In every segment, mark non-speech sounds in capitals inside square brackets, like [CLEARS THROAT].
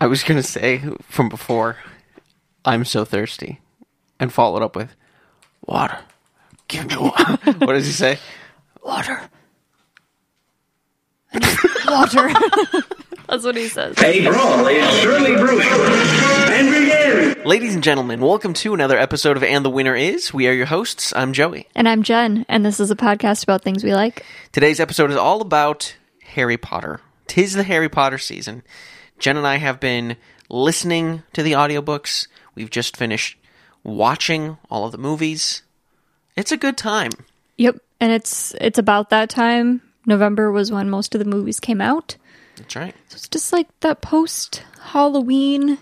I was gonna say from before, I'm so thirsty, and followed up with, water. Give me water. [LAUGHS] what does he say? Water. Water. That's what he says. A brawl is surely brewing. And begin. Ladies and gentlemen, welcome to another episode of And the Winner Is. We are your hosts. I'm Joey. And I'm Jen, and this is a podcast about things we like. Today's episode is all about Harry Potter. Tis the Harry Potter season. Jen and I have been listening to the audiobooks. We've just finished watching all of the movies. It's a good time. Yep, and it's it's about that time. November was when most of the movies came out. That's right. So it's just like that post Halloween,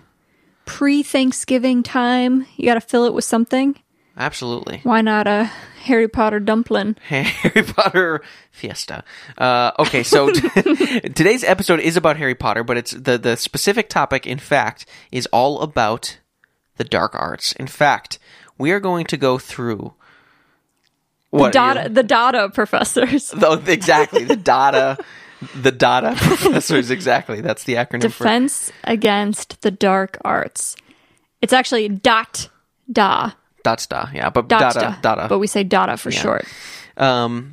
pre Thanksgiving time. You got to fill it with something. Absolutely. Why not a Harry Potter dumpling? [LAUGHS] Harry Potter Fiesta. Uh, okay, [LAUGHS] so [LAUGHS] t- today's episode is about Harry Potter, but it's the the specific topic. In fact, is all about the dark arts. In fact, we are going to go through the Dada, the Dada professors. the, exactly the Dada, the Dada [LAUGHS] professors. Exactly, that's the acronym for Defense against the dark arts. It's actually dot da. Dotsta. Yeah, but Dot Dada, Dada. But we say Dada for short. Um,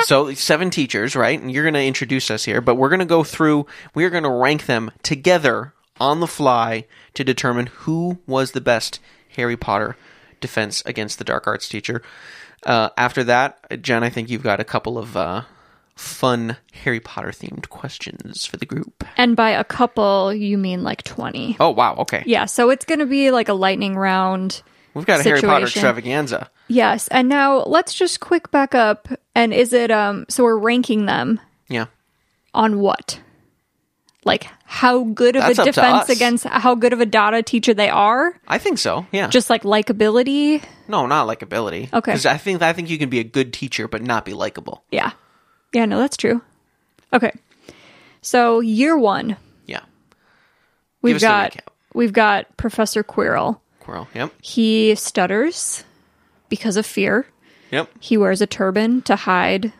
so seven teachers, right? And you're going to introduce us here, but we're going to go through. We are going to rank them together on the fly to determine who was the best Harry Potter defense against the dark arts teacher. Uh, after that, Jen, I think you've got a couple of uh, fun Harry Potter themed questions for the group. And by a couple, you mean like 20. Oh wow, okay, Yeah, so it's going to be like a lightning round. we've got a Harry Potter Situation. extravaganza. Yes, and now let's just quick back up and is it um so we're ranking them Yeah, on what? Like how good of That's a up to defense us. against how good of a data teacher they are? I think so. Yeah, Just like likability? no, not likability. Okay. because I think I think you can be a good teacher but not be likable. Yeah. Yeah, no, that's true. Okay. So year 1, Yeah, we've us the got recap. we've got Professor Quirrell. Quirrell. Yep, He stutters because of fear. yep. He wears a turban to hide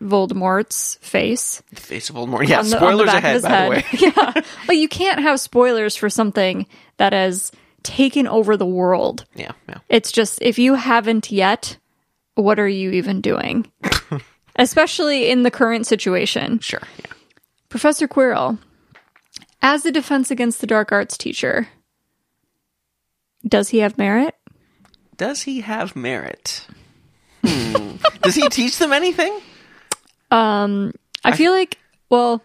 Voldemort's face. Face of Voldemort. Yeah, on the- on the spoilers back of ahead, his by the way. [LAUGHS] [LAUGHS] yeah. But you can't have spoilers for something that has taken over the world. Yeah, yeah. It's just if you haven't yet, what are you [LAUGHS] even doing? Especially in the current situation. Sure. Yeah. Professor Quirrell, as the defense against the dark arts teacher, does he have merit? Does he have merit? Hmm. Does he teach them anything? I feel like, well,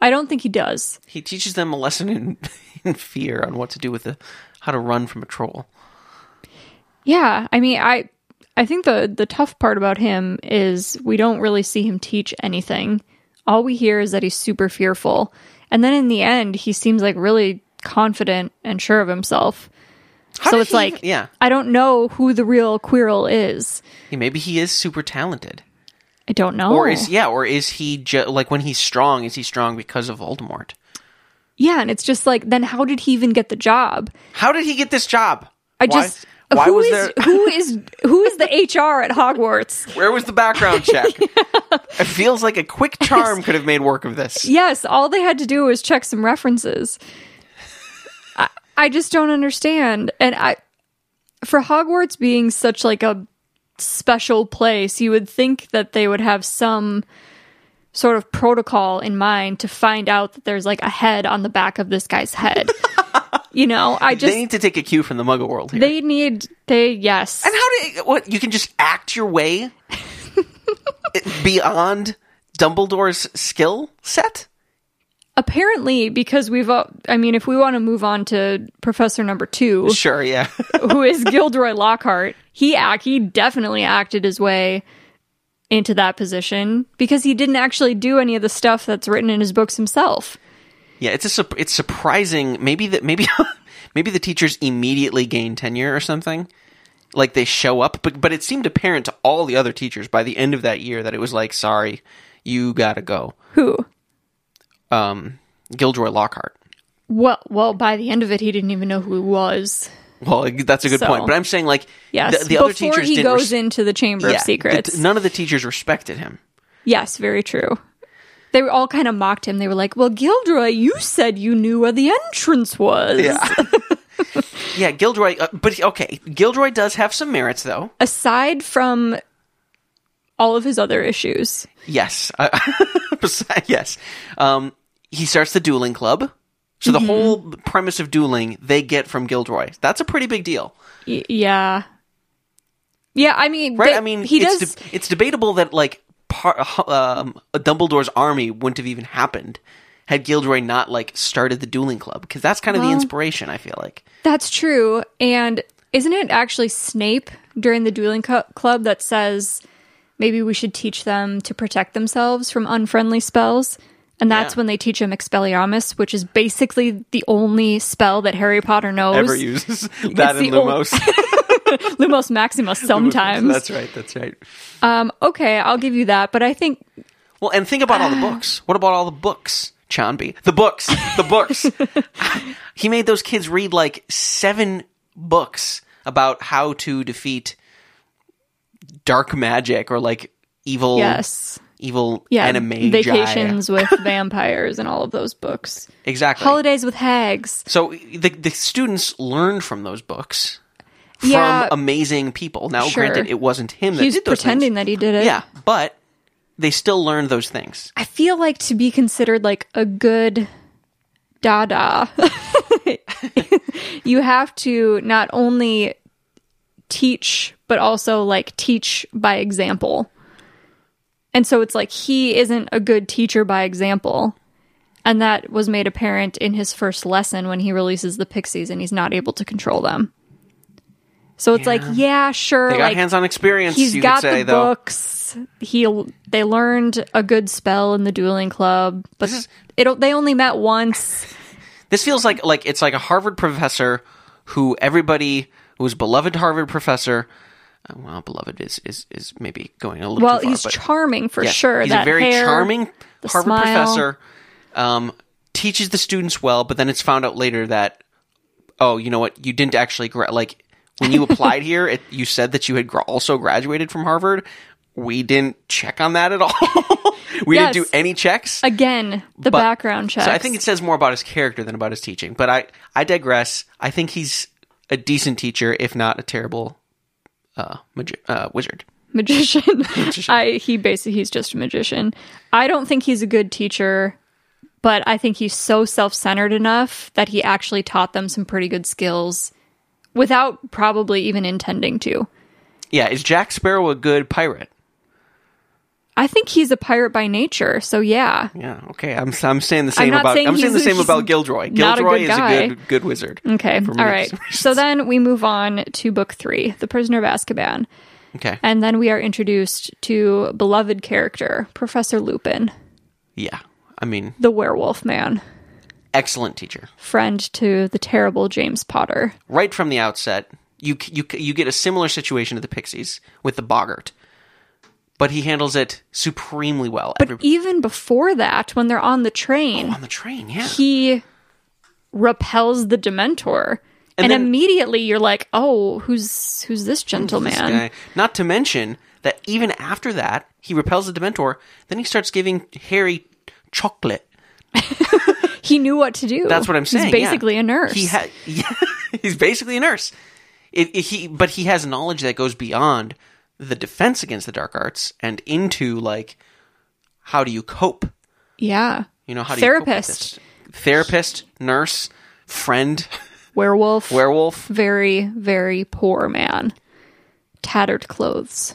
I don't think he does. He teaches them a lesson in, [LAUGHS] in fear on what to do with the how to run from a troll. Yeah, I mean, I I think the the tough part about him is we don't really see him teach anything. All we hear is that he's super fearful. And then in the end, he seems like really confident and sure of himself. How so did it's he like even- yeah, I don't know who the real Quirrell is. He- maybe he is super talented, I don't know. or is yeah, or is he ju- like when he's strong? Is he strong because of Voldemort? yeah, and it's just like then how did he even get the job? How did he get this job? I Why- just [LAUGHS] why, who was is- there? who is who is the [LAUGHS] HR at Hogwarts? Where was the background check? [LAUGHS] It feels like a quick charm could have made work of this. Yes, all they had to do was check some references. I, I just don't understand. And I for Hogwarts being such like a special place, you would think that they would have some sort of protocol in mind to find out that there's like a head on the back of this [LAUGHS] guy's head. you know, I just they need to take a cue from the Muggle world here. they need they yes. And how did what you can just act your [LAUGHS] way beyond Dumbledore's skill set? Apparently because we've uh, I mean if we want to move on to professor number 2 Sure, yeah. who is Gilderoy Lockhart, he act he definitely acted his way into that position because he didn't actually do any of the stuff that's written in his books himself. [LAUGHS] yeah, it's a sup- it's surprising maybe that maybe [LAUGHS] maybe the teachers immediately gain tenure or something. Like they show up, but but it seemed apparent to all the other teachers by the end of that year that it was like, sorry, you got to go. Who? Um Gilderoy Lockhart. Well, well, by the end of it, he didn't even know who he was. Well, that's a good So- point, but I'm saying like Yes, the, the before other teachers he didn't goes res- into the Chamber yeah, of the- Secrets. none of the teachers respected him. yes, very true. they were all kind of mocked him. They were like, "Well, Gilderoy, you said you knew where the entrance was." Yeah. yeah, Gilderoy. Uh, but okay, Gilderoy does have some merits, though. Aside from all of his other issues, Yes. Uh, [LAUGHS] besides- yes. Um, he starts the dueling club. So Mm-hmm. the whole premise of dueling they get from Gilderoy. That's a pretty big deal, y- yeah, yeah. I mean, right? they- I mean, he it's does. de- it's debatable that like par- um, Dumbledore's army wouldn't have even happened had Gilderoy not like started the dueling club because that's kind of the inspiration. I feel like That's true. And isn't it actually Snape during the dueling cu- club that says maybe we should teach them to protect themselves from unfriendly spells? And that's Yeah. when they teach him Expelliarmus, which is basically the only spell that Harry Potter knows. [LAUGHS] ever uses that It's in the ol- [LAUGHS] Lumos. [LAUGHS] Lumos Maximus sometimes. that's right. That's right. um, okay, I'll give you that. But I think Well, and think about all Ah. the books. What about all the books, Chanbi? The books, the [LAUGHS] books. he made those kids read like seven books about how to defeat dark magic or like evil, yes. evil Yeah. anime Vacations with vampires and all of [LAUGHS] those books. Exactly. Holidays with hags. so the the students learned from those books from Yeah. amazing people. Now, Sure. granted, it wasn't him that He's did those pretending things. that he did it. yeah, but they still learned those things. I feel like to be considered like a good dada, [LAUGHS] you have to not only teach, but also like teach by example. And so it's like he isn't a good teacher by example. And that was made apparent in his first lesson when he releases the pixies and he's not able to control them. So it's like, yeah, sure. They got like, hands-on experience. He's you got could say, the though. books. He they learned a good spell in the dueling club, but it they only met once. This feels like like it's like a Harvard professor who everybody who's beloved Harvard professor. uh, Well, beloved is is is maybe going a little Well, too far, he's but charming for yeah, sure. He's that a very hair- charming Harvard smile. professor. Um, teaches the students well, but then it's found out later that oh, you know what, you didn't actually gra- like when you [LAUGHS] applied here, it, you said that you had gra- also graduated from Harvard. We didn't check on that at all. [LAUGHS] we didn't Yes. do any checks. Again, the But- background check. So I think it says more about his character than about his teaching. But I, I digress. I think he's a decent teacher, if not a terrible uh, magi- uh, wizard. [LAUGHS] magician. [LAUGHS] I he basically he's just a magician. I don't think he's a good teacher, but I think he's so self-centered enough that he actually taught them some pretty good skills without probably even intending to. Yeah, is Jack Sparrow a good pirate? I think he's a pirate by nature, so yeah. Yeah, okay. I'm I'm saying the same not about saying I'm saying he's the a- same he's about Gilderoy. not a Gilderoy good is guy. a good good wizard. Okay. for All me. right. So then we move on to book three, The Prisoner of Azkaban. Okay. And then we are introduced to beloved character, Professor Lupin, Yeah. I mean, the werewolf man, excellent teacher. friend to the terrible James Potter. Right from the outset, you c- you c- you get a similar situation to the Pixies with the Boggart. But he handles it supremely well. But Every- even before that, when they're on the train, on the train, yeah. he repels the Dementor. And, And then- immediately you're like, oh, who's who's this gentleman? this guy. Not to mention that even after that, he repels the Dementor. Then he starts giving Harry chocolate. He knew what to do. That's what I'm saying. He's yeah. basically a nurse. He ha- [LAUGHS] yeah, he's basically a nurse. It, it- he, but he has knowledge that goes beyond the defense against the dark arts and into like how do you cope? yeah. You know how do Therapist. you cope with this? therapist, nurse, friend, [LAUGHS] werewolf. werewolf. very, very poor man. Tattered clothes.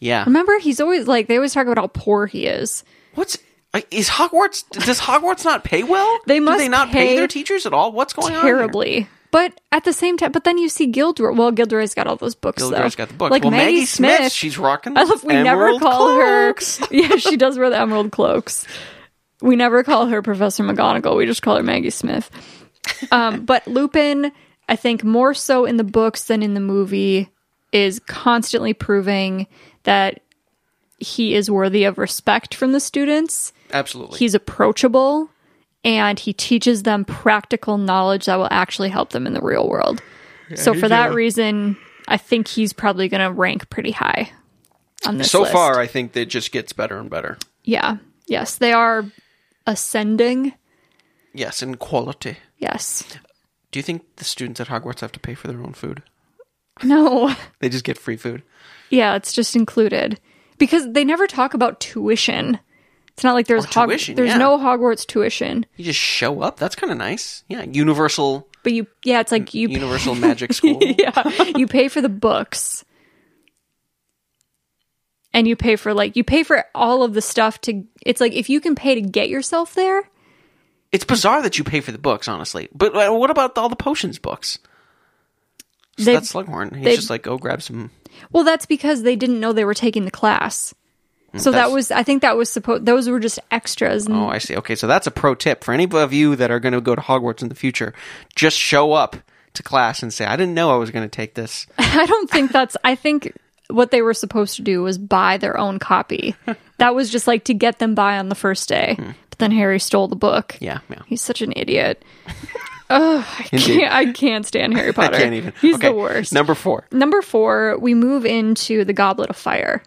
Yeah. Remember, he's always like, they always talk about how poor he is. What's uh, is Hogwarts? Does Hogwarts not pay well? They do they must not pay, pay their teachers at all? What's going on? here? Terribly. But at the same time, but then you see Gilderoy. Well, Gilderoy's got all those books. Gilderoy's though. got the book. well, Maggie, Smith, she's rocking. I love we never emerald call cloaks. her. [LAUGHS] Yeah, she does wear the emerald cloaks. We never call her Professor McGonagall. We just call her Maggie Smith. [LAUGHS] Um, but Lupin, I think more so in the books than in the movie, is constantly proving that he is worthy of respect from the students. Absolutely. He's approachable and he teaches them practical knowledge that will actually help them in the real world. so for that reason, I think he's probably going to rank pretty high on this so list. far, I think that it just gets better and better. Yeah. Yes, they are ascending. Yes, in quality. Yes. Do you think the students at Hogwarts have to pay for their own food? No. [LAUGHS] They just get free food. Yeah, it's just included because they never talk about tuition. It's not like there's Or Hog- Oh, tuition, there's yeah. no Hogwarts tuition, You just show up. That's kind of nice. Yeah, universal but you yeah, it's like you universal [LAUGHS] magic school. yeah, you pay for the books. And you pay for like you pay for all of the stuff to it's like if you can pay to get yourself there, It's bizarre that you pay for the books, honestly. But uh, what about all the potions books? So They- that's Slughorn. He's they- just like, oh, grab some. Well, that's because they didn't know they were taking the class. So that that's- was I think that was supposed those were just extras. And Oh, I see. Okay, so that's a pro tip for any of you that are going to go to Hogwarts in the future. Just show up to class and say, I didn't know I was going to take this. [LAUGHS] I don't think that's I think what they were supposed to do was buy their [LAUGHS] own copy. that was just like to get them by on the first day. But then Harry stole the book. Hmm. Yeah, yeah. He's such an idiot. Ugh, I Indeed. can't [LAUGHS] I can't stand Harry [LAUGHS] I Potter. can't even. He's okay. the worst. Number four. Number four, we move into the Goblet of Fire.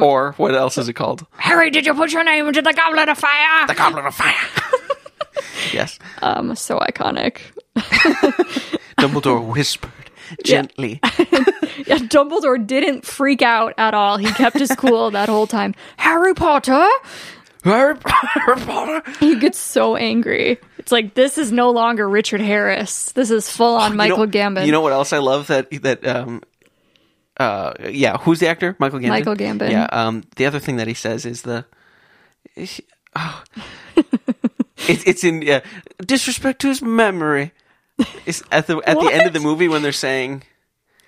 or what else is it called? Harry, did you put your name into the Goblet of Fire? The Goblet of Fire. [LAUGHS] yes. Um, so iconic. Dumbledore whispered gently. Yeah, Dumbledore didn't freak out at all. He kept his cool [LAUGHS] that whole time. Harry Potter? Harry Potter. He gets so angry. It's like, this is no longer Richard Harris. This is full on You know- Michael Gambon. You know what else I love that that um uh yeah, who's the actor? Michael Gambon. Michael Gambon. Yeah, um the other thing that he says is [LAUGHS] the oh, it's it's in yeah, disrespect to his memory. It's at the at the end of the movie when they're saying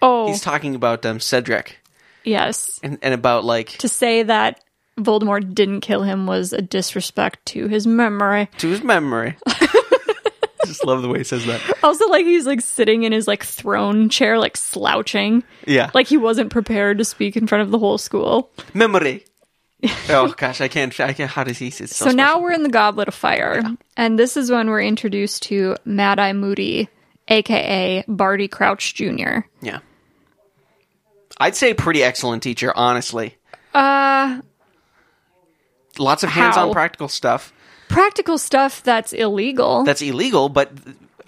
oh, he's talking about um Cedric yes. and, and about like To say that Voldemort didn't kill him was a disrespect to his memory. to his [LAUGHS] memory. Just love the way he says that. Also, like, he's like sitting in his like throne chair, like slouching. Yeah. Like, he wasn't prepared to speak in front of the whole school. [LAUGHS] memory. oh gosh, I can't. I can't. How does he? It's so, So now special. we're in the Goblet of Fire, and this is when we're introduced to Mad Eye Moody, aka Barty Crouch Jr. yeah. I'd say pretty excellent teacher, honestly. Uh, Lots of hands-on How? practical stuff practical stuff that's illegal, that's illegal, but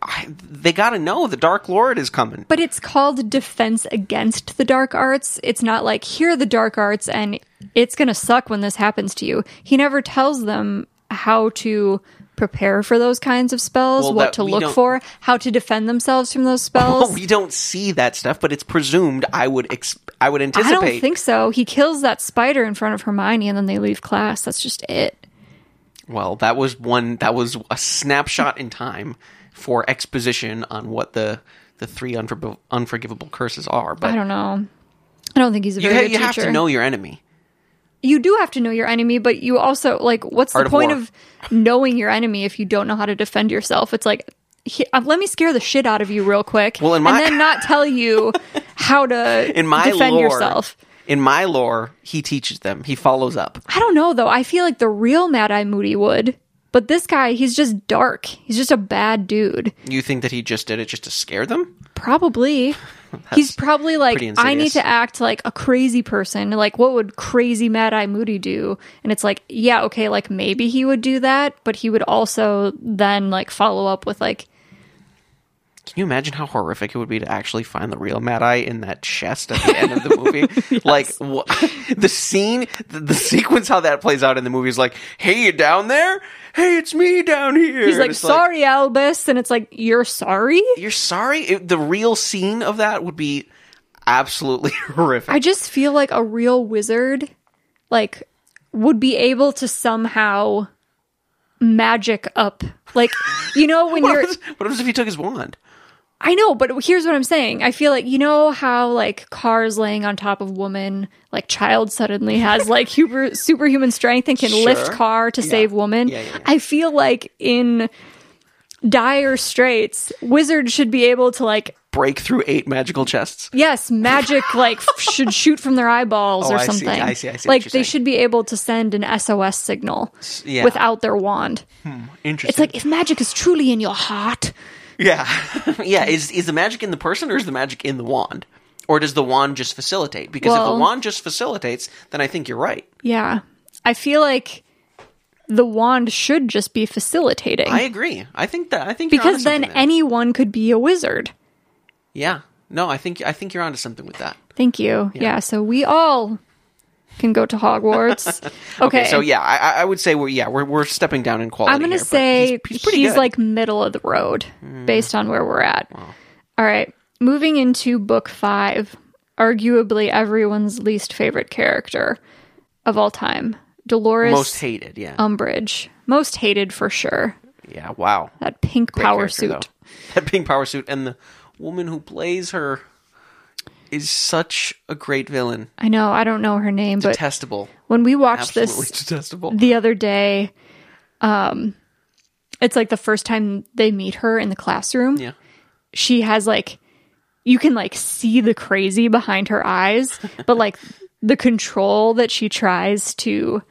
I, they got to know the Dark Lord is coming. but it's called Defense Against the Dark Arts. It's not like here are the dark arts, and it's gonna suck when this happens to you. He never tells them how to prepare for those kinds of spells, Well, what that- to we look don't- Oh, for, how to defend themselves from [LAUGHS] those spells. Well, we don't see that stuff, but it's presumed. I would. Ex- I would I anticipate. don't think so. He kills that spider in front of Hermione and then they leave class. That's just it. Well, that was one. That was a snapshot in time for exposition on what the the three unfor- unforgivable curses are. But I don't know. I don't think he's a you, very ha- good you have teacher. to know your enemy. You do have to know your enemy, but you also like what's Art the of point war. of knowing your enemy if you don't know how to defend yourself? It's like he, uh, let me scare the shit out of you real quick Well, in my- and then not tell [LAUGHS] you how to in my defend lore, yourself. In my lore, he teaches them. He follows up. I don't know though. I feel like the real Mad Eye Moody would. But this guy, he's just dark. He's just a bad dude. You think that he just did it just to scare them? Probably. [LAUGHS] He's probably like, pretty I need insidious. to act like a crazy person. Like, what would crazy Mad Eye Moody do? And it's like, yeah, okay, like maybe he would do that, but he would also then like follow up with like, Can you imagine how horrific it would be to actually find the real Mad Eye in that chest at the end of the movie? [LAUGHS] Like wha- the scene, the, the sequence, how that plays out in the movie is like, "Hey, you down there? Hey, it's me down here." he's And like, it's sorry, Albus. And it's like, you're sorry? you're sorry." It- the real scene of that would be absolutely [LAUGHS] horrific. I just feel like a real wizard, like, would be able to somehow magic up. Like, you know, [LAUGHS] when what, you're. happens, what happens if he took his wand? I know, but here's what I'm saying. I feel like you know how like cars laying on top of woman, like child [LAUGHS] suddenly has like super, superhuman strength and can Sure. lift car to save woman. Yeah, yeah, yeah. I feel like in dire straits, wizard should be able to like Break through eight magical chests. yes, [LAUGHS] magic like f- should shoot from their eyeballs Oh, or I see. something. I see, I see what Like you're they saying. should be able to send an SOS signal yeah. without their wand. Interesting. It's like if magic is truly in your heart, [LAUGHS] Yeah, yeah. Is is the magic in the person or is the magic in the wand or does the wand just facilitate? Because if Well- the wand just facilitates, then I think you're right. Yeah. I feel like the wand should just be facilitating I agree. I think that I think you're onto because then something there. anyone could be a wizard. yeah. No, I think I think you're onto something with that. Thank you. Yeah, so we all can go to Hogwarts. [LAUGHS] okay. [LAUGHS] Okay, so yeah, I, I- I would say we're yeah we're, we're stepping down in quality. I'm going here, to but say he's, pretty good. Mm. like middle of the road based on where we're at. All right. Moving into book 5, arguably everyone's least favorite character of all time, Dolores most hated. Yeah, um, Umbridge. Most hated for sure. yeah. Wow, That pink Great power character, suit. though. [LAUGHS] That pink power suit and the woman who plays her is such a great villain. I know, I don't know her name, but Detestable, when we watched absolutely this detestable. the other day, um it's like the first time they meet her in the classroom. yeah, She has like you can like see the crazy behind her [LAUGHS] eyes, but like the control that she tries to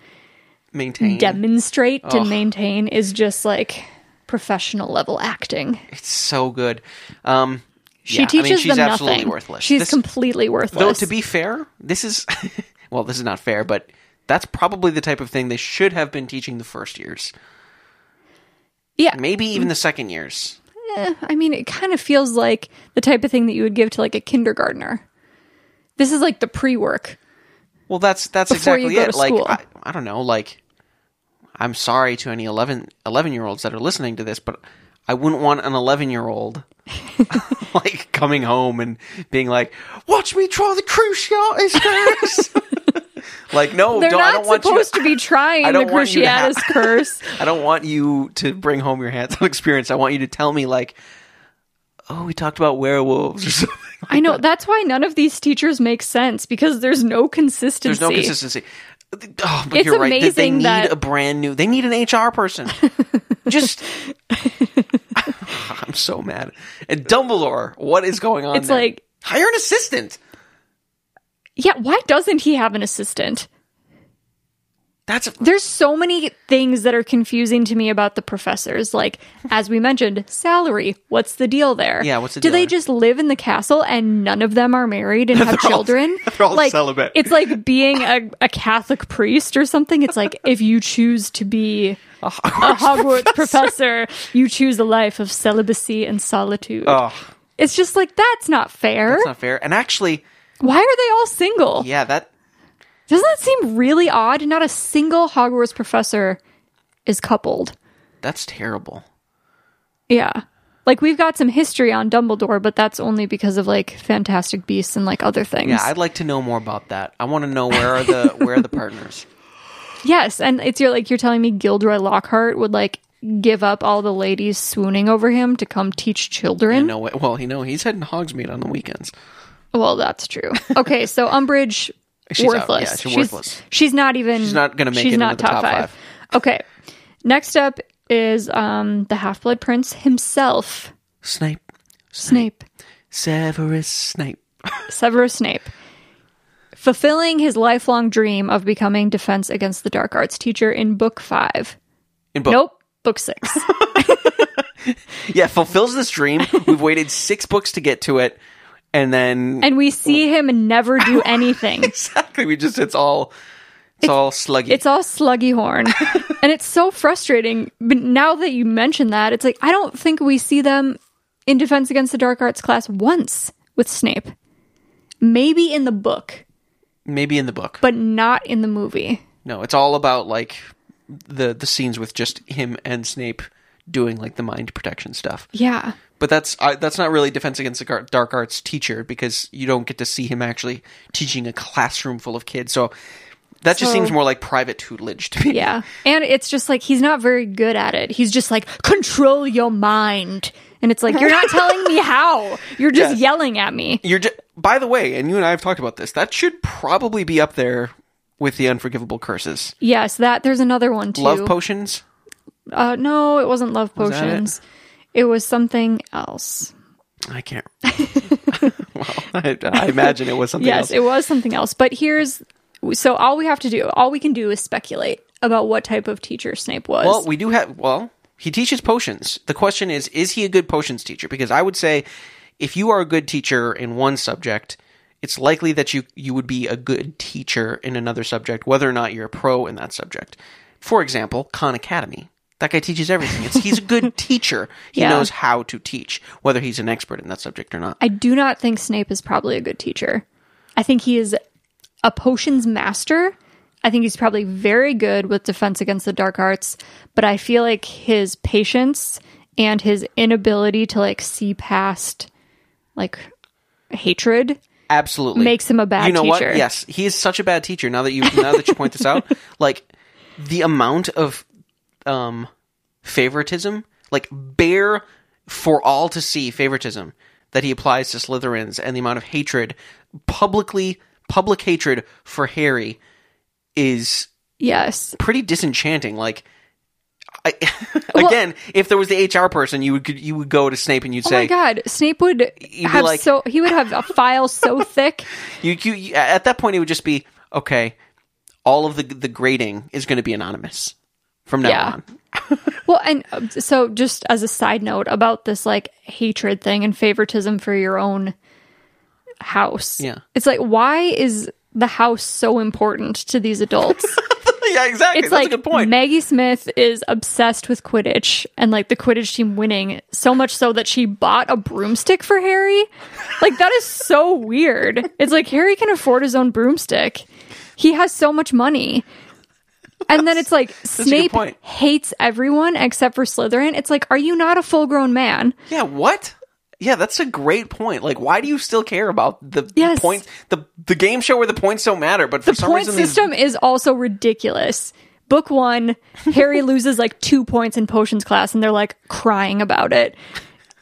maintain. demonstrate and maintain is just like professional level acting. it's so good. Um, She yeah, teaches I mean, she's them absolutely nothing. worthless. She's This- completely worthless. Though to be fair, this is [LAUGHS] well, this is not fair, but that's probably the type of thing they should have been teaching the first years, yeah, maybe even the second years. I mean, it kind of feels like the type of thing that you would give to like a kindergartner. This is like the pre-work. Well, that's that's Before you exactly go it. to Like school. I, I don't know, like I'm sorry to any 11, 11 year olds that are listening to this, but I wouldn't want an 11 year old [LAUGHS] like coming home and being like, "Watch me try the [LAUGHS] cruciatus curse." like no, They're don't, I not don't want you supposed to [LAUGHS] be I trying the don't want you to ha- [LAUGHS] Cruciatus curse. I don't want you to bring home your hands-on [LAUGHS] experience. I want you to tell me like, oh, we talked about werewolves or [LAUGHS] something. I know that's why none of these teachers make sense because there's no consistency. There's no consistency. Oh, but It's you're right. that They amazing need that- a brand new. They need an HR [LAUGHS] person. [LAUGHS] Just. I'm so mad. And Dumbledore, what is going on? It's there? like- hire an assistant. Yeah, why doesn't he have an assistant? That's There's so many things that are confusing to me about the professors. Like, as we mentioned, salary. What's the deal there? Yeah, what's the Do deal they there? just live in the castle and none of them are [LAUGHS] married and have all- children? they're all like, celibate. It's like being a, a Catholic priest or something. It's like if you choose to be a Hogwarts, [LAUGHS] professor, you choose a life of celibacy and solitude. oh, It's just like that's not fair. that's not fair. And actually, Why are they all single? yeah, that Doesn't that seem really odd? Not a single Hogwarts professor is coupled. that's terrible. Yeah. Like we've got some history on Dumbledore, but that's only because of like Fantastic Beasts and like other things. Yeah, I'd like to know more about that. I want to know where are the where are the [LAUGHS] partners. Mm-hmm. yes, and it's you're like you're telling me Gilderoy Lockhart would like give up all the ladies swooning over him to come teach You children. know what? Well, you know he's heading to Hogsmeade on the weekends. well, that's true. Okay, so Umbridge [LAUGHS] She's out. worthless. Yeah, she's worthless. She's not even. She's not gonna make she's it not into the top top, five. five. Okay, next up is um the Half Blood Prince himself, Snape, Snape. Severus Snape. Severus Snape, fulfilling his lifelong dream of becoming Defense Against the Dark Arts teacher in book five. In book Nope, book six. Yeah, fulfills this [LAUGHS] dream. We've waited six books to get to it, and then and we see him never do [LAUGHS] anything. exactly, we just it's all it's, all sluggy. It's all sluggy horn. and it's so frustrating. But now that you mention that, it's like, I don't think we see them in Defense Against the Dark Arts class once with Snape. Maybe in the book, Maybe in the book, but not in the movie. no, it's all about like the the scenes with just him and Snape doing like the mind protection stuff. Yeah. But that's I, that's not really defense against the Gar- dark arts teacher because you don't get to see him actually teaching a classroom full of kids. So that just So- seems more like private tutelage to me. Yeah. And it's just like he's not very good at it. He's just like, control your mind. And it's like, [LAUGHS] you're not telling me how. You're just Yes. yelling at me. You're just, by the way, and you and I have talked about this. That should probably be up there with the unforgivable curses. Yes, that there's another one too. Love potions. uh no, it wasn't love that it? potions. It? was something else. I can't. [LAUGHS] well, I, I imagine it was something yes, else. it was something else. But here's so all we have to do, all we can do is speculate about what type of teacher Snape was. well, we do have. Well, he teaches potions. The question is, is he a good potions teacher? Because I would say, if you are a good teacher in one subject, it's likely that you you would be a good teacher in another subject, whether or not you're a pro in that subject. For example, Khan Academy. That guy teaches everything. It's, he's a good [LAUGHS] teacher. He Yeah. knows how to teach, whether he's an expert in that subject or not. I do not think Snape is probably a good teacher. I think he is a potions master. I think he's probably very good with defense against the dark arts, but I feel like his patience and his inability to like see past like hatred. Absolutely Makes him a bad You know teacher. what? Yes, he is such a bad teacher. Now that you now that you point this [LAUGHS] out, like the amount of um favoritism, like bare for all to see favoritism that he applies to Slytherins, and the amount of hatred, publicly public hatred for Harry, is Yes. pretty disenchanting. Like. I, [LAUGHS] again, if there was the HR person, you would you would go to Snape and you'd Oh say, my god, Snape would be have like- so he would have a file so [LAUGHS] thick. You, you, you at that point it would just be okay. All of the the grading is going to be anonymous from now Yeah. on. [LAUGHS] Well, and uh, so just as a side note about this like hatred thing and favoritism for your own house. Yeah. It's like why is the house so important to these adults? yeah, exactly. It's That's like a good point. Maggie Smith is obsessed with Quidditch and like the Quidditch team winning so much so that she bought a broomstick for Harry. Like that is so weird. It's like Harry can afford his own broomstick. He has so much money. And then it's like good Snape point. hates everyone except for Slytherin. It's like, are you not a full grown man? yeah, what? Yeah, that's a great point. Like, why do you still care about the Yes. points? The the game show where the points don't matter, but for The some point reason these- system is also ridiculous. Book one, [LAUGHS] Harry loses like two points in potions class, and they're like crying about it.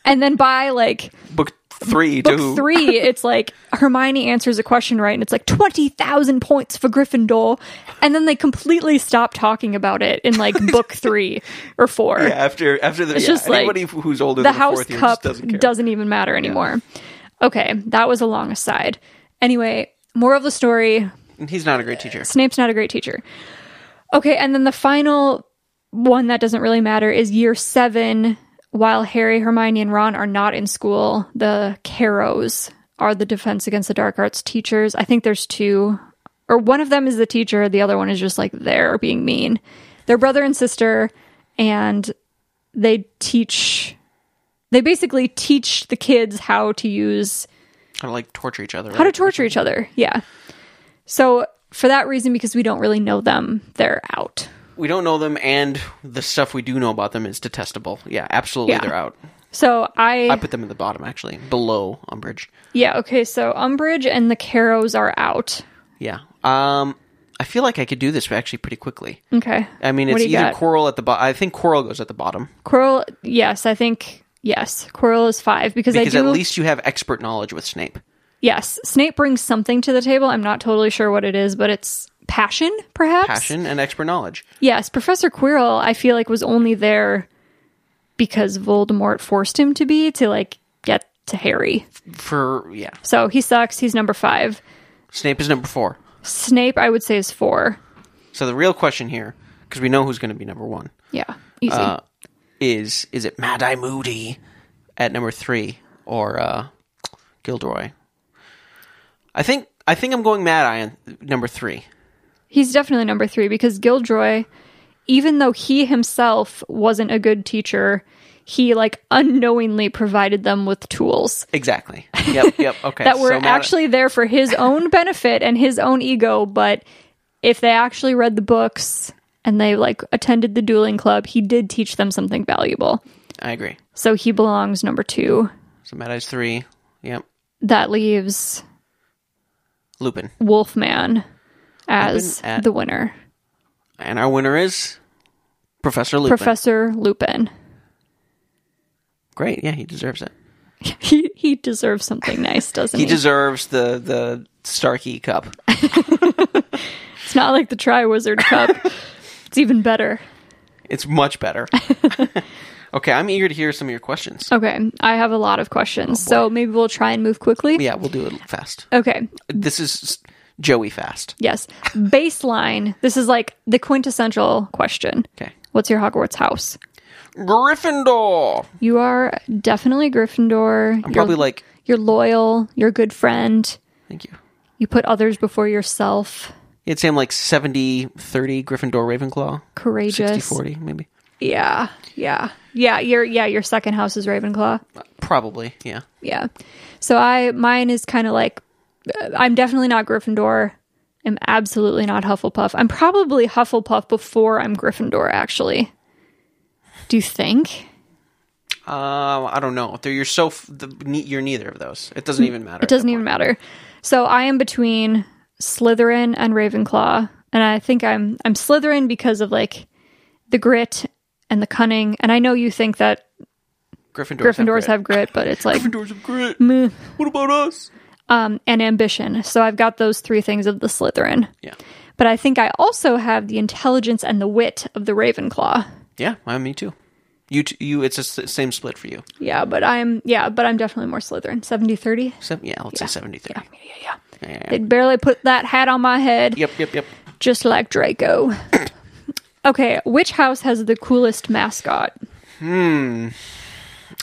And then by like book three book to [LAUGHS] three, it's like Hermione answers a question right, and it's like twenty thousand points for Gryffindor, and then they completely stop talking about it [LAUGHS] in like book three or four. Yeah, after after the It's yeah, just like anybody who's older the than the House fourth year Cup just doesn't care. even matter anymore. Okay, that was a long aside. Anyway, more of the story: And He's not a great teacher. Snape's not a great teacher. Okay, and then the final one that doesn't really matter is year seven. While Harry, Hermione, and Ron are not in school, the Caros are the Defense Against the Dark Arts teachers. I think there's two, or one of them is the teacher, the other one is just like there being mean. They're brother and sister, and they teach. They basically teach the kids how to use Kind of like torture each other. how to right? torture each other. Yeah. So for that reason, because we don't really know them, they're out. we don't know them, and the stuff we do know about them is detestable. Yeah, absolutely, Yeah. they're out. So I, I put them at the bottom, actually, below Umbridge. yeah okay. So Umbridge and the Caros are out. Yeah. Um, I feel like I could do this actually pretty quickly. Okay. I mean, What it's do you either got? Coral at the bottom. I think Coral goes at the bottom Quirrell. Yes, I think yes. Quirrell is five because, because I at do. least you have expert knowledge with Snape. yes, Snape brings something to the table. I'm not totally sure what it is, but it's passion, perhaps. Passion and expert knowledge. Yes, Professor Quirrell, I feel like was only there because Voldemort forced him to be to like get to Harry. For, yeah. So he sucks. He's number five. Snape is number four. Snape, I would say, is four. So the real question here, because we know who's going to be number one, Yeah, easy. Uh, is is it Mad Eye Moody at number three or uh, Gilderoy? I think I think I'm going Mad Eye on number three. He's definitely number three because Gildroy, even though he himself wasn't a good teacher, he like unknowingly provided them with tools Exactly. Yep. Yep. Okay. [LAUGHS] that were so Mad- actually there for [LAUGHS] his own benefit and his own ego. But if they actually read the books and they like attended the dueling club, he did teach them something valuable. I agree. So he belongs number two. So Mad Eye's three. Yep. That leaves Lupin. Wolfman as Lupin at- the winner. And our winner is Professor Lupin. Professor Lupin. Great, yeah, he deserves it. He he deserves something nice, doesn't he? He deserves the the Starkey Cup. [LAUGHS] it's not like the Triwizard Cup. it's even better. It's much [LAUGHS] better. okay, I'm eager to hear some of your questions. Okay, I have a lot of questions, so maybe we'll try and move quickly. Yeah, we'll do it fast. Okay. This is Joey fast. Yes. Baseline. This is like the quintessential question. Okay, What's your Hogwarts house? Gryffindor. You are definitely Gryffindor. I'm probably like you're loyal. You're a good friend. Thank you. You put others before yourself. You'd say I'm like 70, 30 Gryffindor, Ravenclaw, Courageous. 60, 40 maybe. Yeah, yeah, yeah. Your yeah, your second house is Ravenclaw. Probably, yeah. Yeah. So I mine is kind of like uh, I'm definitely not Gryffindor. I'm absolutely not Hufflepuff. I'm probably Hufflepuff before I'm Gryffindor. Actually, do you think? Uh, I don't know. They're, you're so f- the, ne- you're neither of those. It doesn't even matter. Mm, It doesn't even matter. So I am between Slytherin and Ravenclaw, and I think I'm I'm Slytherin because of like the grit and the cunning. And I know you think that Gryffindors, Gryffindors have, have grit, but it's like grit. Gryffindors have grit. What about us? um, and ambition. So I've got those three things of the Slytherin. Yeah, But I think I also have the intelligence and the wit of the Ravenclaw. yeah. I me too. You t- you. It's the s- same split for you. Yeah, but I'm yeah, but I'm definitely more Slytherin. 70 30. So, yeah, let's say 70 30. Yeah, yeah, yeah. Yeah, yeah, yeah. They'd barely put that hat on my head, Yep, yep, yep. just like Draco. [CLEARS THROAT] okay, which house has the coolest mascot?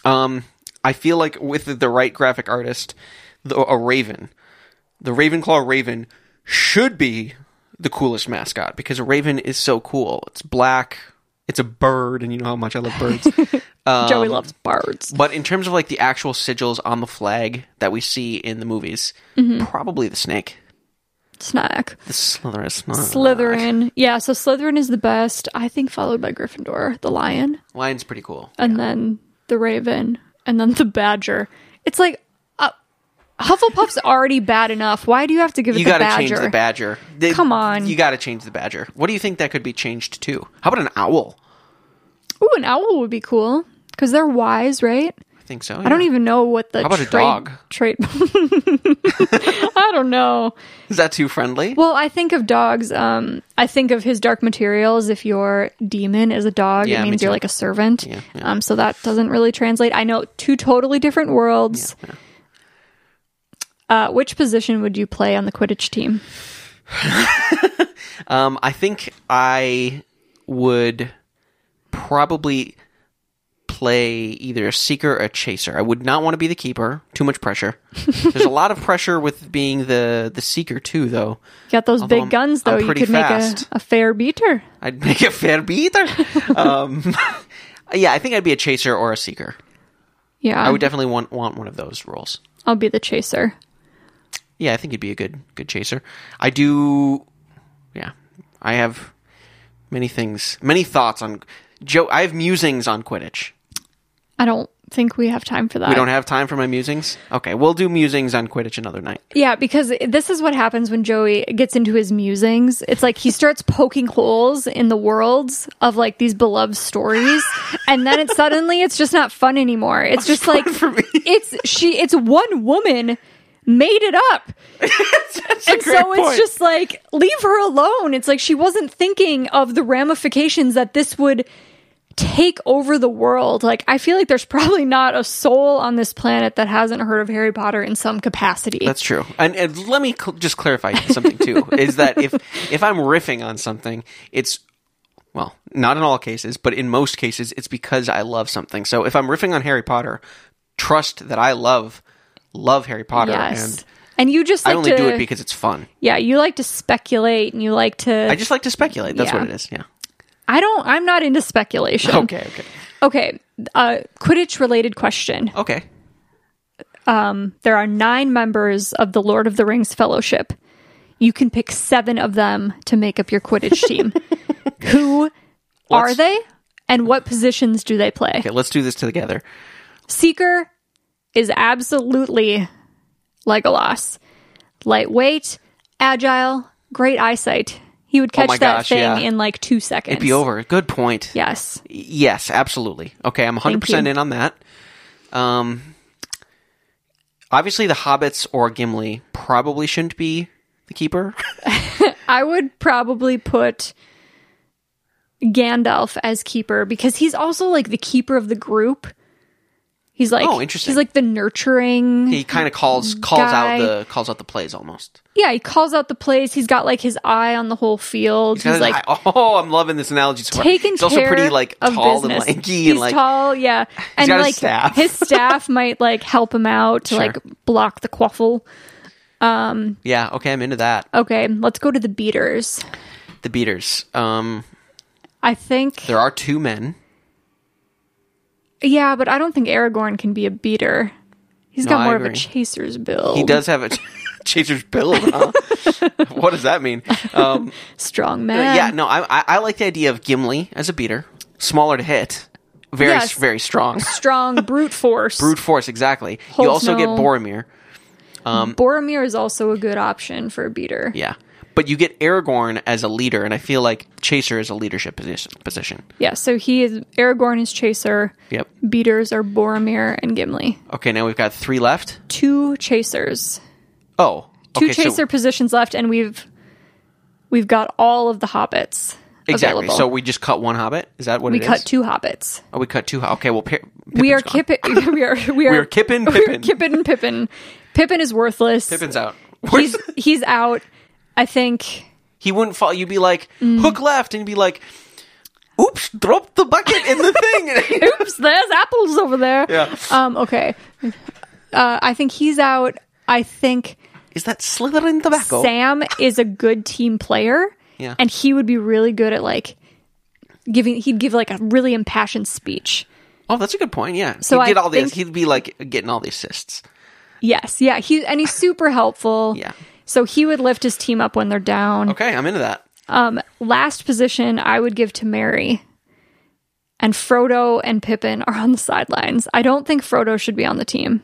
Um, I feel like with the right graphic artist, the, a raven, the Ravenclaw Raven should be the coolest mascot because a raven is so cool. It's black. It's a bird, and you know how much I love [LAUGHS] birds. Joey Um, loves bards. but in terms of like the actual sigils on the flag that we see in the movies, probably the snake, Snack. the Slytherin. snake. Slytherin. Yeah, so Slytherin is the best, I think followed by Gryffindor, the lion. Lion's pretty cool. and then the raven and then the badger it's like uh, hufflepuff's already bad enough why do you have to give it You the got to badger change the badger. They- Come on. you got to change the badger. What do you think that could be changed to? How about an owl? ooh an owl would be cool because they're wise right I think so. i don't even know what the How about a trait- dog? trait [LAUGHS] i don't know Is that too friendly? well i think of dogs um i think of his dark materials if your demon is a dog Yeah, it me means you're too. like a servant Yeah, yeah. um so that doesn't really translate i know two totally different worlds Yeah. uh which position would you play on the quidditch team Um, I think I would probably play either a seeker or a chaser. I would not want to be the keeper. Too much pressure. [LAUGHS] There's a lot of pressure with being the the seeker too, though. You got those Although big I'm- guns, I'm though. You pretty could fast. make a, a fair beater. I'd make a fair beat. [LAUGHS] um, [LAUGHS] yeah, I think I'd be a chaser or a seeker. Yeah, I would definitely want want one of those roles. I'll be the chaser. Yeah, I think he'd be a good good chaser. I do. Yeah, I have many things, many thoughts on Joe. I have musings on Quidditch. I don't think we have time for that. We don't have time for my musings. Okay, we'll do musings on Quidditch another night. yeah, because this is what happens when Joey gets into his musings. It's like he starts poking holes in the worlds of like these beloved stories, and then it suddenly it's just not fun anymore. It's just like for me. it's she. It's one woman made it up. and so it's just like leave her alone it's like she wasn't thinking of the ramifications that this would take over the world like i feel like there's probably not a soul on this planet that hasn't heard of harry potter in some capacity That's true. And, and let me cl- just clarify something too. is that if if I'm riffing on something, it's well, not in all cases, but in most cases, it's because I love something. So if I'm riffing on Harry Potter, trust that I love love Harry Potter, yes and and, you just I like only to do it because it's fun. yeah you like to speculate and you like to I just like to speculate. That's Yeah. what it is. Yeah. i don't i'm not into speculation Okay. Okay. okay uh quidditch related question Okay. there are nine members of the Lord of the Rings Fellowship. You can pick seven of them to make up your [LAUGHS] Quidditch team. Who are Let's- they? And what positions do they play? Okay. Let's do this together. Seeker is absolutely Legolas. Lightweight, agile, great eyesight. He would catch Oh my that gosh, thing yeah. in like two seconds. It'd be over. Good point. Yes. Yes, absolutely. Okay, I'm 100% you. in on that. Um, obviously, the hobbits or Gimli probably shouldn't be the [LAUGHS] keeper. I would probably put Gandalf as keeper because he's also like the keeper of the group. He's like Oh, interesting. he's like the nurturing. he kind of calls calls Guy. out the calls out the plays almost. yeah, he calls out the plays. He's got like his eye on the whole field. He's, Kinda like like, [LAUGHS] oh, I'm loving this analogy. So much. taking He's care also pretty like of tall and business. lanky He's and like tall, yeah. And got a like [LAUGHS] staff. his staff might like help him out to Sure. like block the quaffle. Yeah, okay, I'm into that. Okay, let's go to the beaters. The beaters. Um, I think. there are two men. Yeah, but I don't think Aragorn can be a beater. He's No, got I more of agree. a chaser's build. He does have a [LAUGHS] chaser's build, huh? [LAUGHS] what does that mean? Um, Strong man. yeah, no, I, I I like the idea of Gimli as a beater, smaller to hit, very Yes. very strong, [LAUGHS] Strong brute force. brute force. Exactly. Holds you also get no- Boromir. Boromir is also a good option for a beater. Yeah. But you get Aragorn as a leader, and I feel like Chaser is a leadership position. position. Yeah, so he is Aragorn is chaser. Yep. Beaters are Boromir and Gimli. Okay, now we've got three left. Two chasers. Oh, Two okay, so- chaser positions left and we've we've got all of the hobbits. exactly. Available. So we just cut one Hobbit. Is that what we it cut is? two hobbits. oh, we cut two. Hob- Okay, well, Pi- Pippin's we are gone. Kippin [LAUGHS] we are we are, are Kippin [LAUGHS] we are Pippin. Kippin and Pippin. Pippin is worthless. Pippin's out. [LAUGHS] he's he's out. I think he wouldn't fall. You'd be like Mm. hook left, and you'd be like, "Oops, drop the bucket in the [LAUGHS] thing." Oops, there's apples over there. Yeah. Um, okay. Uh, I think he's out. I think is that Slytherin tobacco? Sam is a good team player. Yeah. And he would be really good at like giving he'd give like a really impassioned speech. oh, that's a good point. Yeah, So he'd get I all think- the. He'd be like getting all the assists. Yes, yeah. He and he's super helpful. [LAUGHS] Yeah. So he would lift his team up when they're down. Okay, I'm into that. Um last position I would give to Mary. And Frodo and Pippin are on the sidelines. I don't think Frodo should be on the team.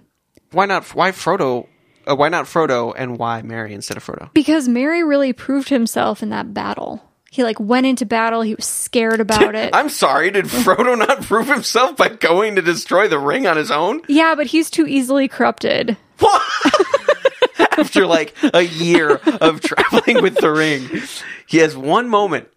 Why not? Why Frodo? Uh, why not Frodo? And why Mary instead of Frodo? [LAUGHS] Because Mary really proved himself in that battle. He like went into battle. He [LAUGHS] was scared about it. I'm sorry. Did Frodo not prove himself by going to destroy the ring on his [LAUGHS] own? yeah, but he's too easily corrupted. What? After like a year of [LAUGHS] traveling with the ring, he has one moment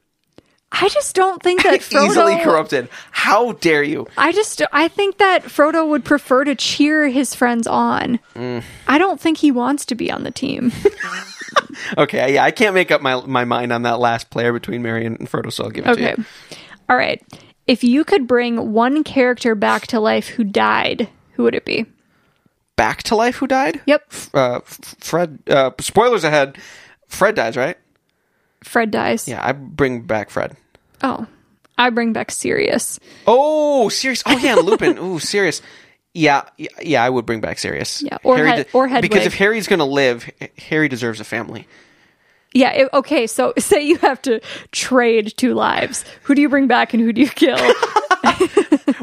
I just don't think that Frodo. [LAUGHS] easily corrupted. How dare you? I just I think that Frodo would prefer to cheer his friends on. Mm. I don't think he wants to be on the team. Okay, yeah, I can't make up my my mind on that last player between Mary and Frodo, so I'll give it Okay. to you. All right. If you could bring one character back to life who died, who would it be? Back to life, who died? Yep. Uh, F- Fred. Uh, spoilers ahead. Fred dies, right? Fred dies. Yeah, I bring back Fred. Oh. I bring back Sirius. Oh, serious. Oh yeah, and Lupin. [LAUGHS] Ooh, serious. Yeah, y- yeah, I would bring back Sirius. Yeah, or Hed- or Hedwig. because if Harry's gonna live, H- Harry deserves a family. Yeah, it, okay, so [LAUGHS] say you have to trade two lives. Who do you bring back and who do [LAUGHS] you kill?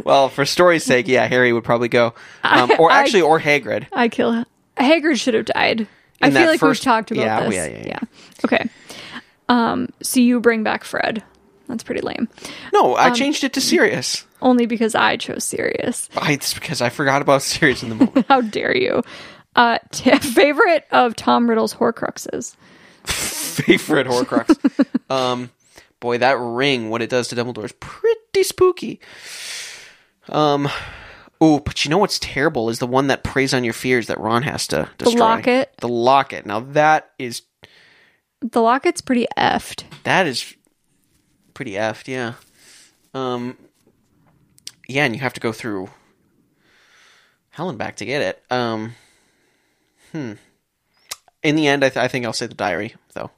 Well, for story's sake, yeah, Harry would probably [LAUGHS] go, um, I- or I- actually, or Hagrid. I kill Hagrid should have died. I In feel that like first- we've talked about yeah, oh, this. yeah, yeah, yeah. Okay. Um so you bring back Fred. That's pretty lame. No, I Um, changed it to Sirius. Only because I chose Sirius. I, it's because I forgot about Sirius in the moment. How dare you? Uh [LAUGHS] t- favorite of Tom Riddle's Horcruxes. favorite Horcrux. um, boy, that ring, what it does to Dumbledore is pretty spooky. Um, ooh, but you know what's terrible is the one that preys on your fears that Ron has to destroy. locket? The locket. Now that is The locket's pretty effed. that is pretty effed. Yeah. Um. Yeah, and you have to go through hell and back to get it. Um. Hmm. In the end, I, th- I think I'll say the diary though.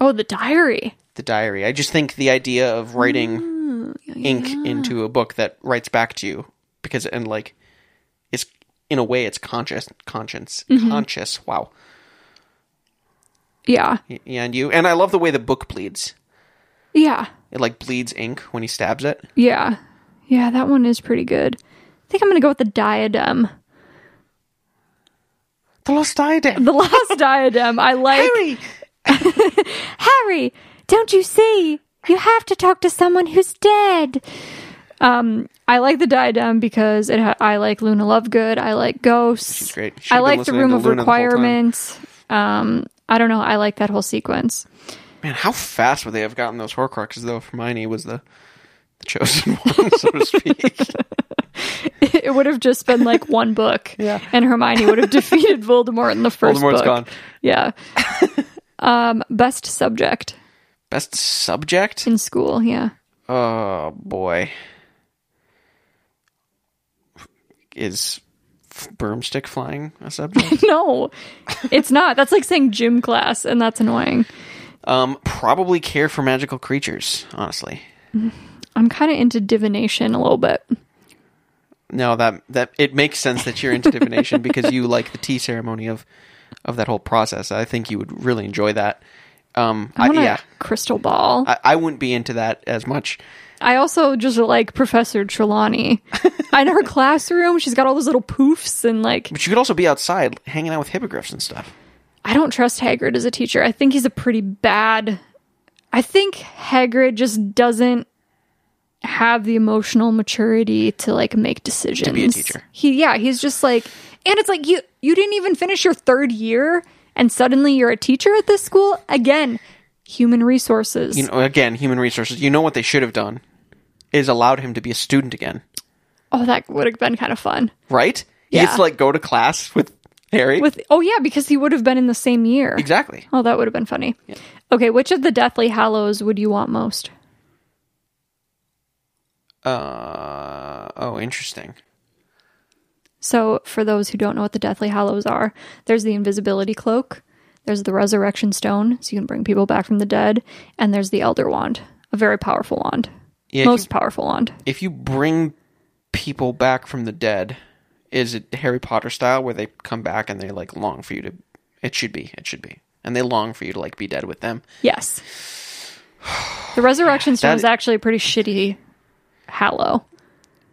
Oh, the diary. the diary. I just think the idea of writing ink into a book that writes back to you because and like it's in a way it's conscious conscience conscious wow Yeah. Y- yeah, and you and I love the way the book bleeds Yeah. it like bleeds ink when he stabs it Yeah. Yeah, that one is pretty good. I think I'm going to go with the diadem. [LAUGHS] the lost diadem The last diadem. I like Harry Harry, don't you see? You have to talk to someone who's dead. Um, I like the diadem because it. Ha- I like Luna Lovegood. I like ghosts. She's great. She'd I been like the listening Room to of Luna the whole time. Requirements. um, I don't know. I like that whole sequence. man how fast would they have gotten those Horcruxes though if Hermione was the the chosen [LAUGHS] one so to speak [LAUGHS] it would have just [LAUGHS] been like one book, Yeah. and Hermione would [LAUGHS] have defeated Voldemort in the 1st Voldemort's book. gone. [LAUGHS] Yeah. um, best subject best subject in school. Yeah. [LAUGHS] Oh boy. Is f- broomstick flying a [LAUGHS] subject? no, it's not. That's like saying gym class, and that's annoying. Um, probably care for magical creatures, honestly. I'm kind of into divination a little bit. No, that that it makes sense that you're into divination because you like the tea ceremony of of that whole process. I think you would really enjoy that. Um, I I, want a yeah, crystal ball. I, I wouldn't be into that as much. I also just like [LAUGHS] Professor Trelawney. In her classroom, she's got all those little poofs and like But you could also be outside hanging out with hippogriffs and stuff. I don't trust Hagrid as a teacher. I think he's a pretty bad I think Hagrid just doesn't have the emotional maturity to like make decisions. To be a teacher. He yeah, he's just like and it's like you you didn't even finish your third year and suddenly you're a teacher at this school? Again, human resources. You know, again, human resources. You know what they should have done is allowed him to be a student again, oh, that would have been kind of fun. right? He Yeah. gets to like go to class with Harry. With oh yeah, because he would have been in the same year. exactly. Oh, that would have been funny. Okay, which of the Deathly Hallows would you want most? Uh, oh, interesting. So, for those who don't know what the Deathly Hallows are, there's the invisibility cloak, there's the resurrection stone, so you can bring people back from the dead, and there's the elder wand, a very powerful wand. Yeah, most powerful wand. If you bring people back from the dead, is it Harry Potter style where they come back and they like long for you to? It should be. It should be. And they long for you to like be dead with them. Yes. The resurrection [SIGHS] stone That- is actually a pretty shitty hallow.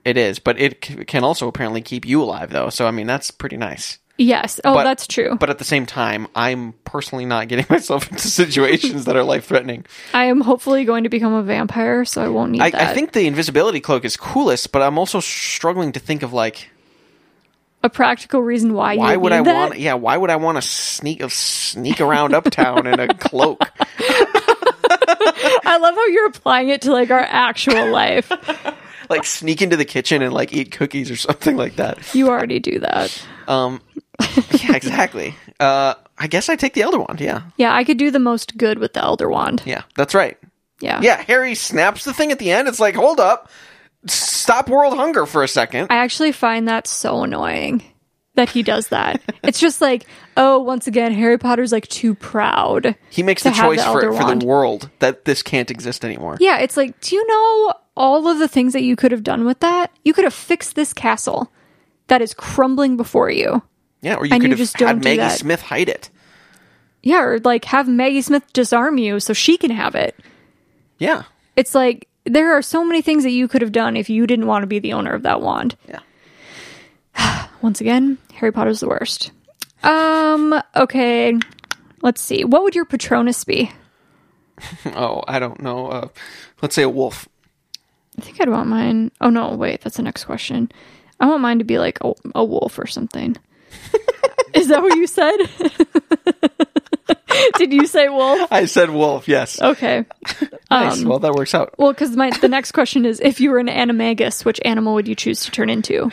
It is, but it c- can also apparently keep you alive though. So I mean, that's pretty nice. Yes. Oh, But- that's true. But at the same time, I'm personally not getting [LAUGHS] myself into situations that are life threatening. I am hopefully going to become a vampire, so I won't need I, that. I think the invisibility cloak is coolest, but I'm also struggling to think of like a practical reason why. why you would need I that. want? Yeah, why would I want to sneak sneak around uptown [LAUGHS] in a cloak? [LAUGHS] I love how you're applying it to like [LAUGHS] our actual life. like sneak into the kitchen and like eat cookies or something like that. You already do that. Um, yeah, exactly. Uh, I guess I take the elder wand. Yeah, Yeah, I could do the most good with the Elder Wand. yeah, that's right. Yeah. Yeah, Harry snaps the thing at the end. It's like, hold up, stop world hunger for a second. I actually find that so annoying that he does [LAUGHS] that. it's just like, oh, once again, Harry Potter's like too proud. He makes to the have choice the for elder for wand. the world that this can't exist anymore. Yeah, it's like, do you know all of the things that you could have done with that? You could have fixed this castle that is crumbling before you. Yeah, or you And could you have just don't had do Maggie that. Smith hide it. Yeah, or like have Maggie Smith disarm you so she can have it. Yeah, It's like there are so many things that you could have done if you didn't want to be the owner of that wand. yeah. Once again, Harry Potter's the worst. Um, okay. Let's see. What would your Patronus be? Oh, I don't know. Uh, let's say a wolf. I think I'd want mine. Oh no, wait, that's the next question. I want mine to be like a, a wolf or something. Is that what you said? [LAUGHS] Did you say wolf? I said wolf. Yes. Okay. nice. Well, that works out. Well, because my the next question is, if you were an animagus, which animal would you choose to turn into?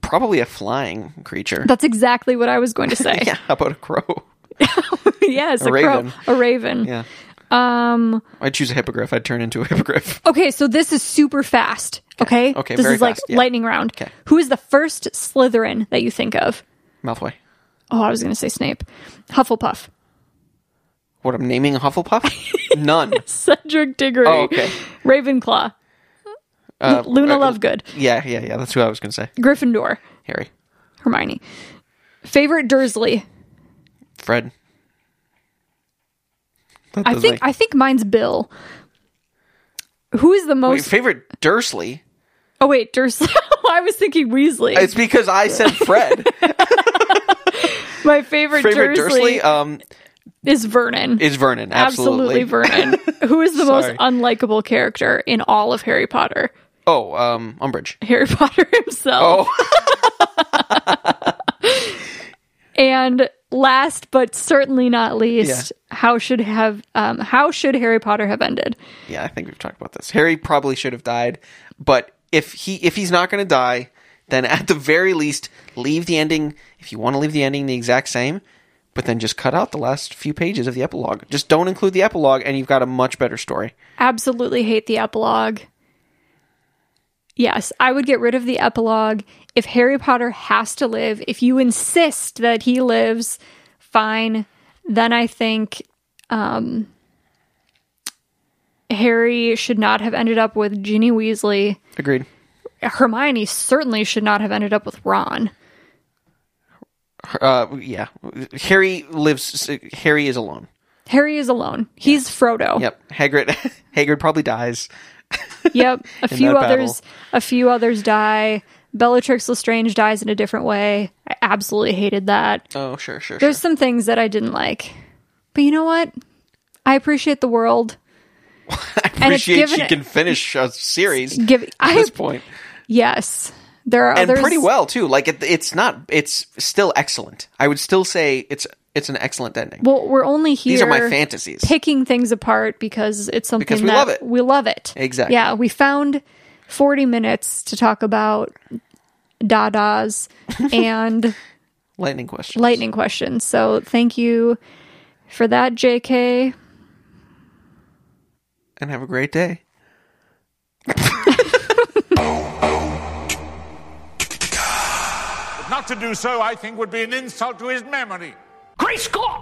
Probably a flying creature. That's exactly what I was going to say. [LAUGHS] Yeah, how about a crow? [LAUGHS] [LAUGHS] yes, a, raven. crow, a raven. Yeah. Um, Um, I'd choose a hippogriff. I'd turn into a hippogriff. [LAUGHS] Okay, so this is super fast. Okay. Okay, This very is like fast, yeah. lightning round. Okay. Who is the first Slytherin that you think of? Malfoy. Oh, I was going to say Snape. Hufflepuff. [LAUGHS] What I'm naming a Hufflepuff? [LAUGHS] None. Cedric Diggory. Oh, okay. Ravenclaw. Uh, [LAUGHS] Luna uh, Lovegood. Yeah, yeah, yeah. That's who I was gonna say. Gryffindor. Harry, Hermione. Favorite Dursley. Fred. That I doesn't think make- I think mine's Bill. Who is the Wait, most? favorite Dursley. oh wait, Dursley. [LAUGHS] I was thinking Weasley. It's because I [LAUGHS] said Fred. My favorite, favorite Dursley, Dursley um, is Vernon. is Vernon. Absolutely, Absolutely. [LAUGHS] Vernon. Who is the most Sorry. unlikable character in all of Harry Potter? Oh, um, Umbridge. Harry [LAUGHS] Potter himself. Oh, And last but certainly not least, how should have um, how should Harry Potter have ended? yeah. I think we've talked about this. Harry probably should have died, but if he if he's not gonna die, then at the very least, leave the ending. If you want to leave the ending the exact same. But then just cut out the last few pages of the epilogue. Just don't include the epilogue, and you've got a much better story. Absolutely hate the epilogue. Yes, I would get rid of the epilogue. If Harry Potter has to live, if you insist that he lives, fine. Then I think um, Harry should not have ended up with Ginny Weasley. Agreed. Hermione certainly should not have ended up with Ron. Uh, yeah, Harry lives. Harry is alone. Harry is alone. He's Frodo. Yep. Hagrid. [LAUGHS] Hagrid probably dies. [LAUGHS] Yep. A In few that battle. others a few others die. Bellatrix Lestrange dies in a different way. I absolutely hated that. Oh, sure, sure, There's some things that I didn't like. But you know what? I appreciate the world. sure. I and it's appreciate she given- can finish a series at Give I this point, yes. There are and others pretty well too. Like it, it's not. It's still excellent. I would still say it's it's an excellent ending. Well, we're only here These are my fantasies. picking things apart because it's something Because we that love it. we love it. Exactly. Yeah, we found 40 minutes to talk about [LAUGHS] dadas and Lightning question. lightning questions. So thank you for that, JK. and have a great day. Not to do so, I think, would be an insult to his memory. Great Scott!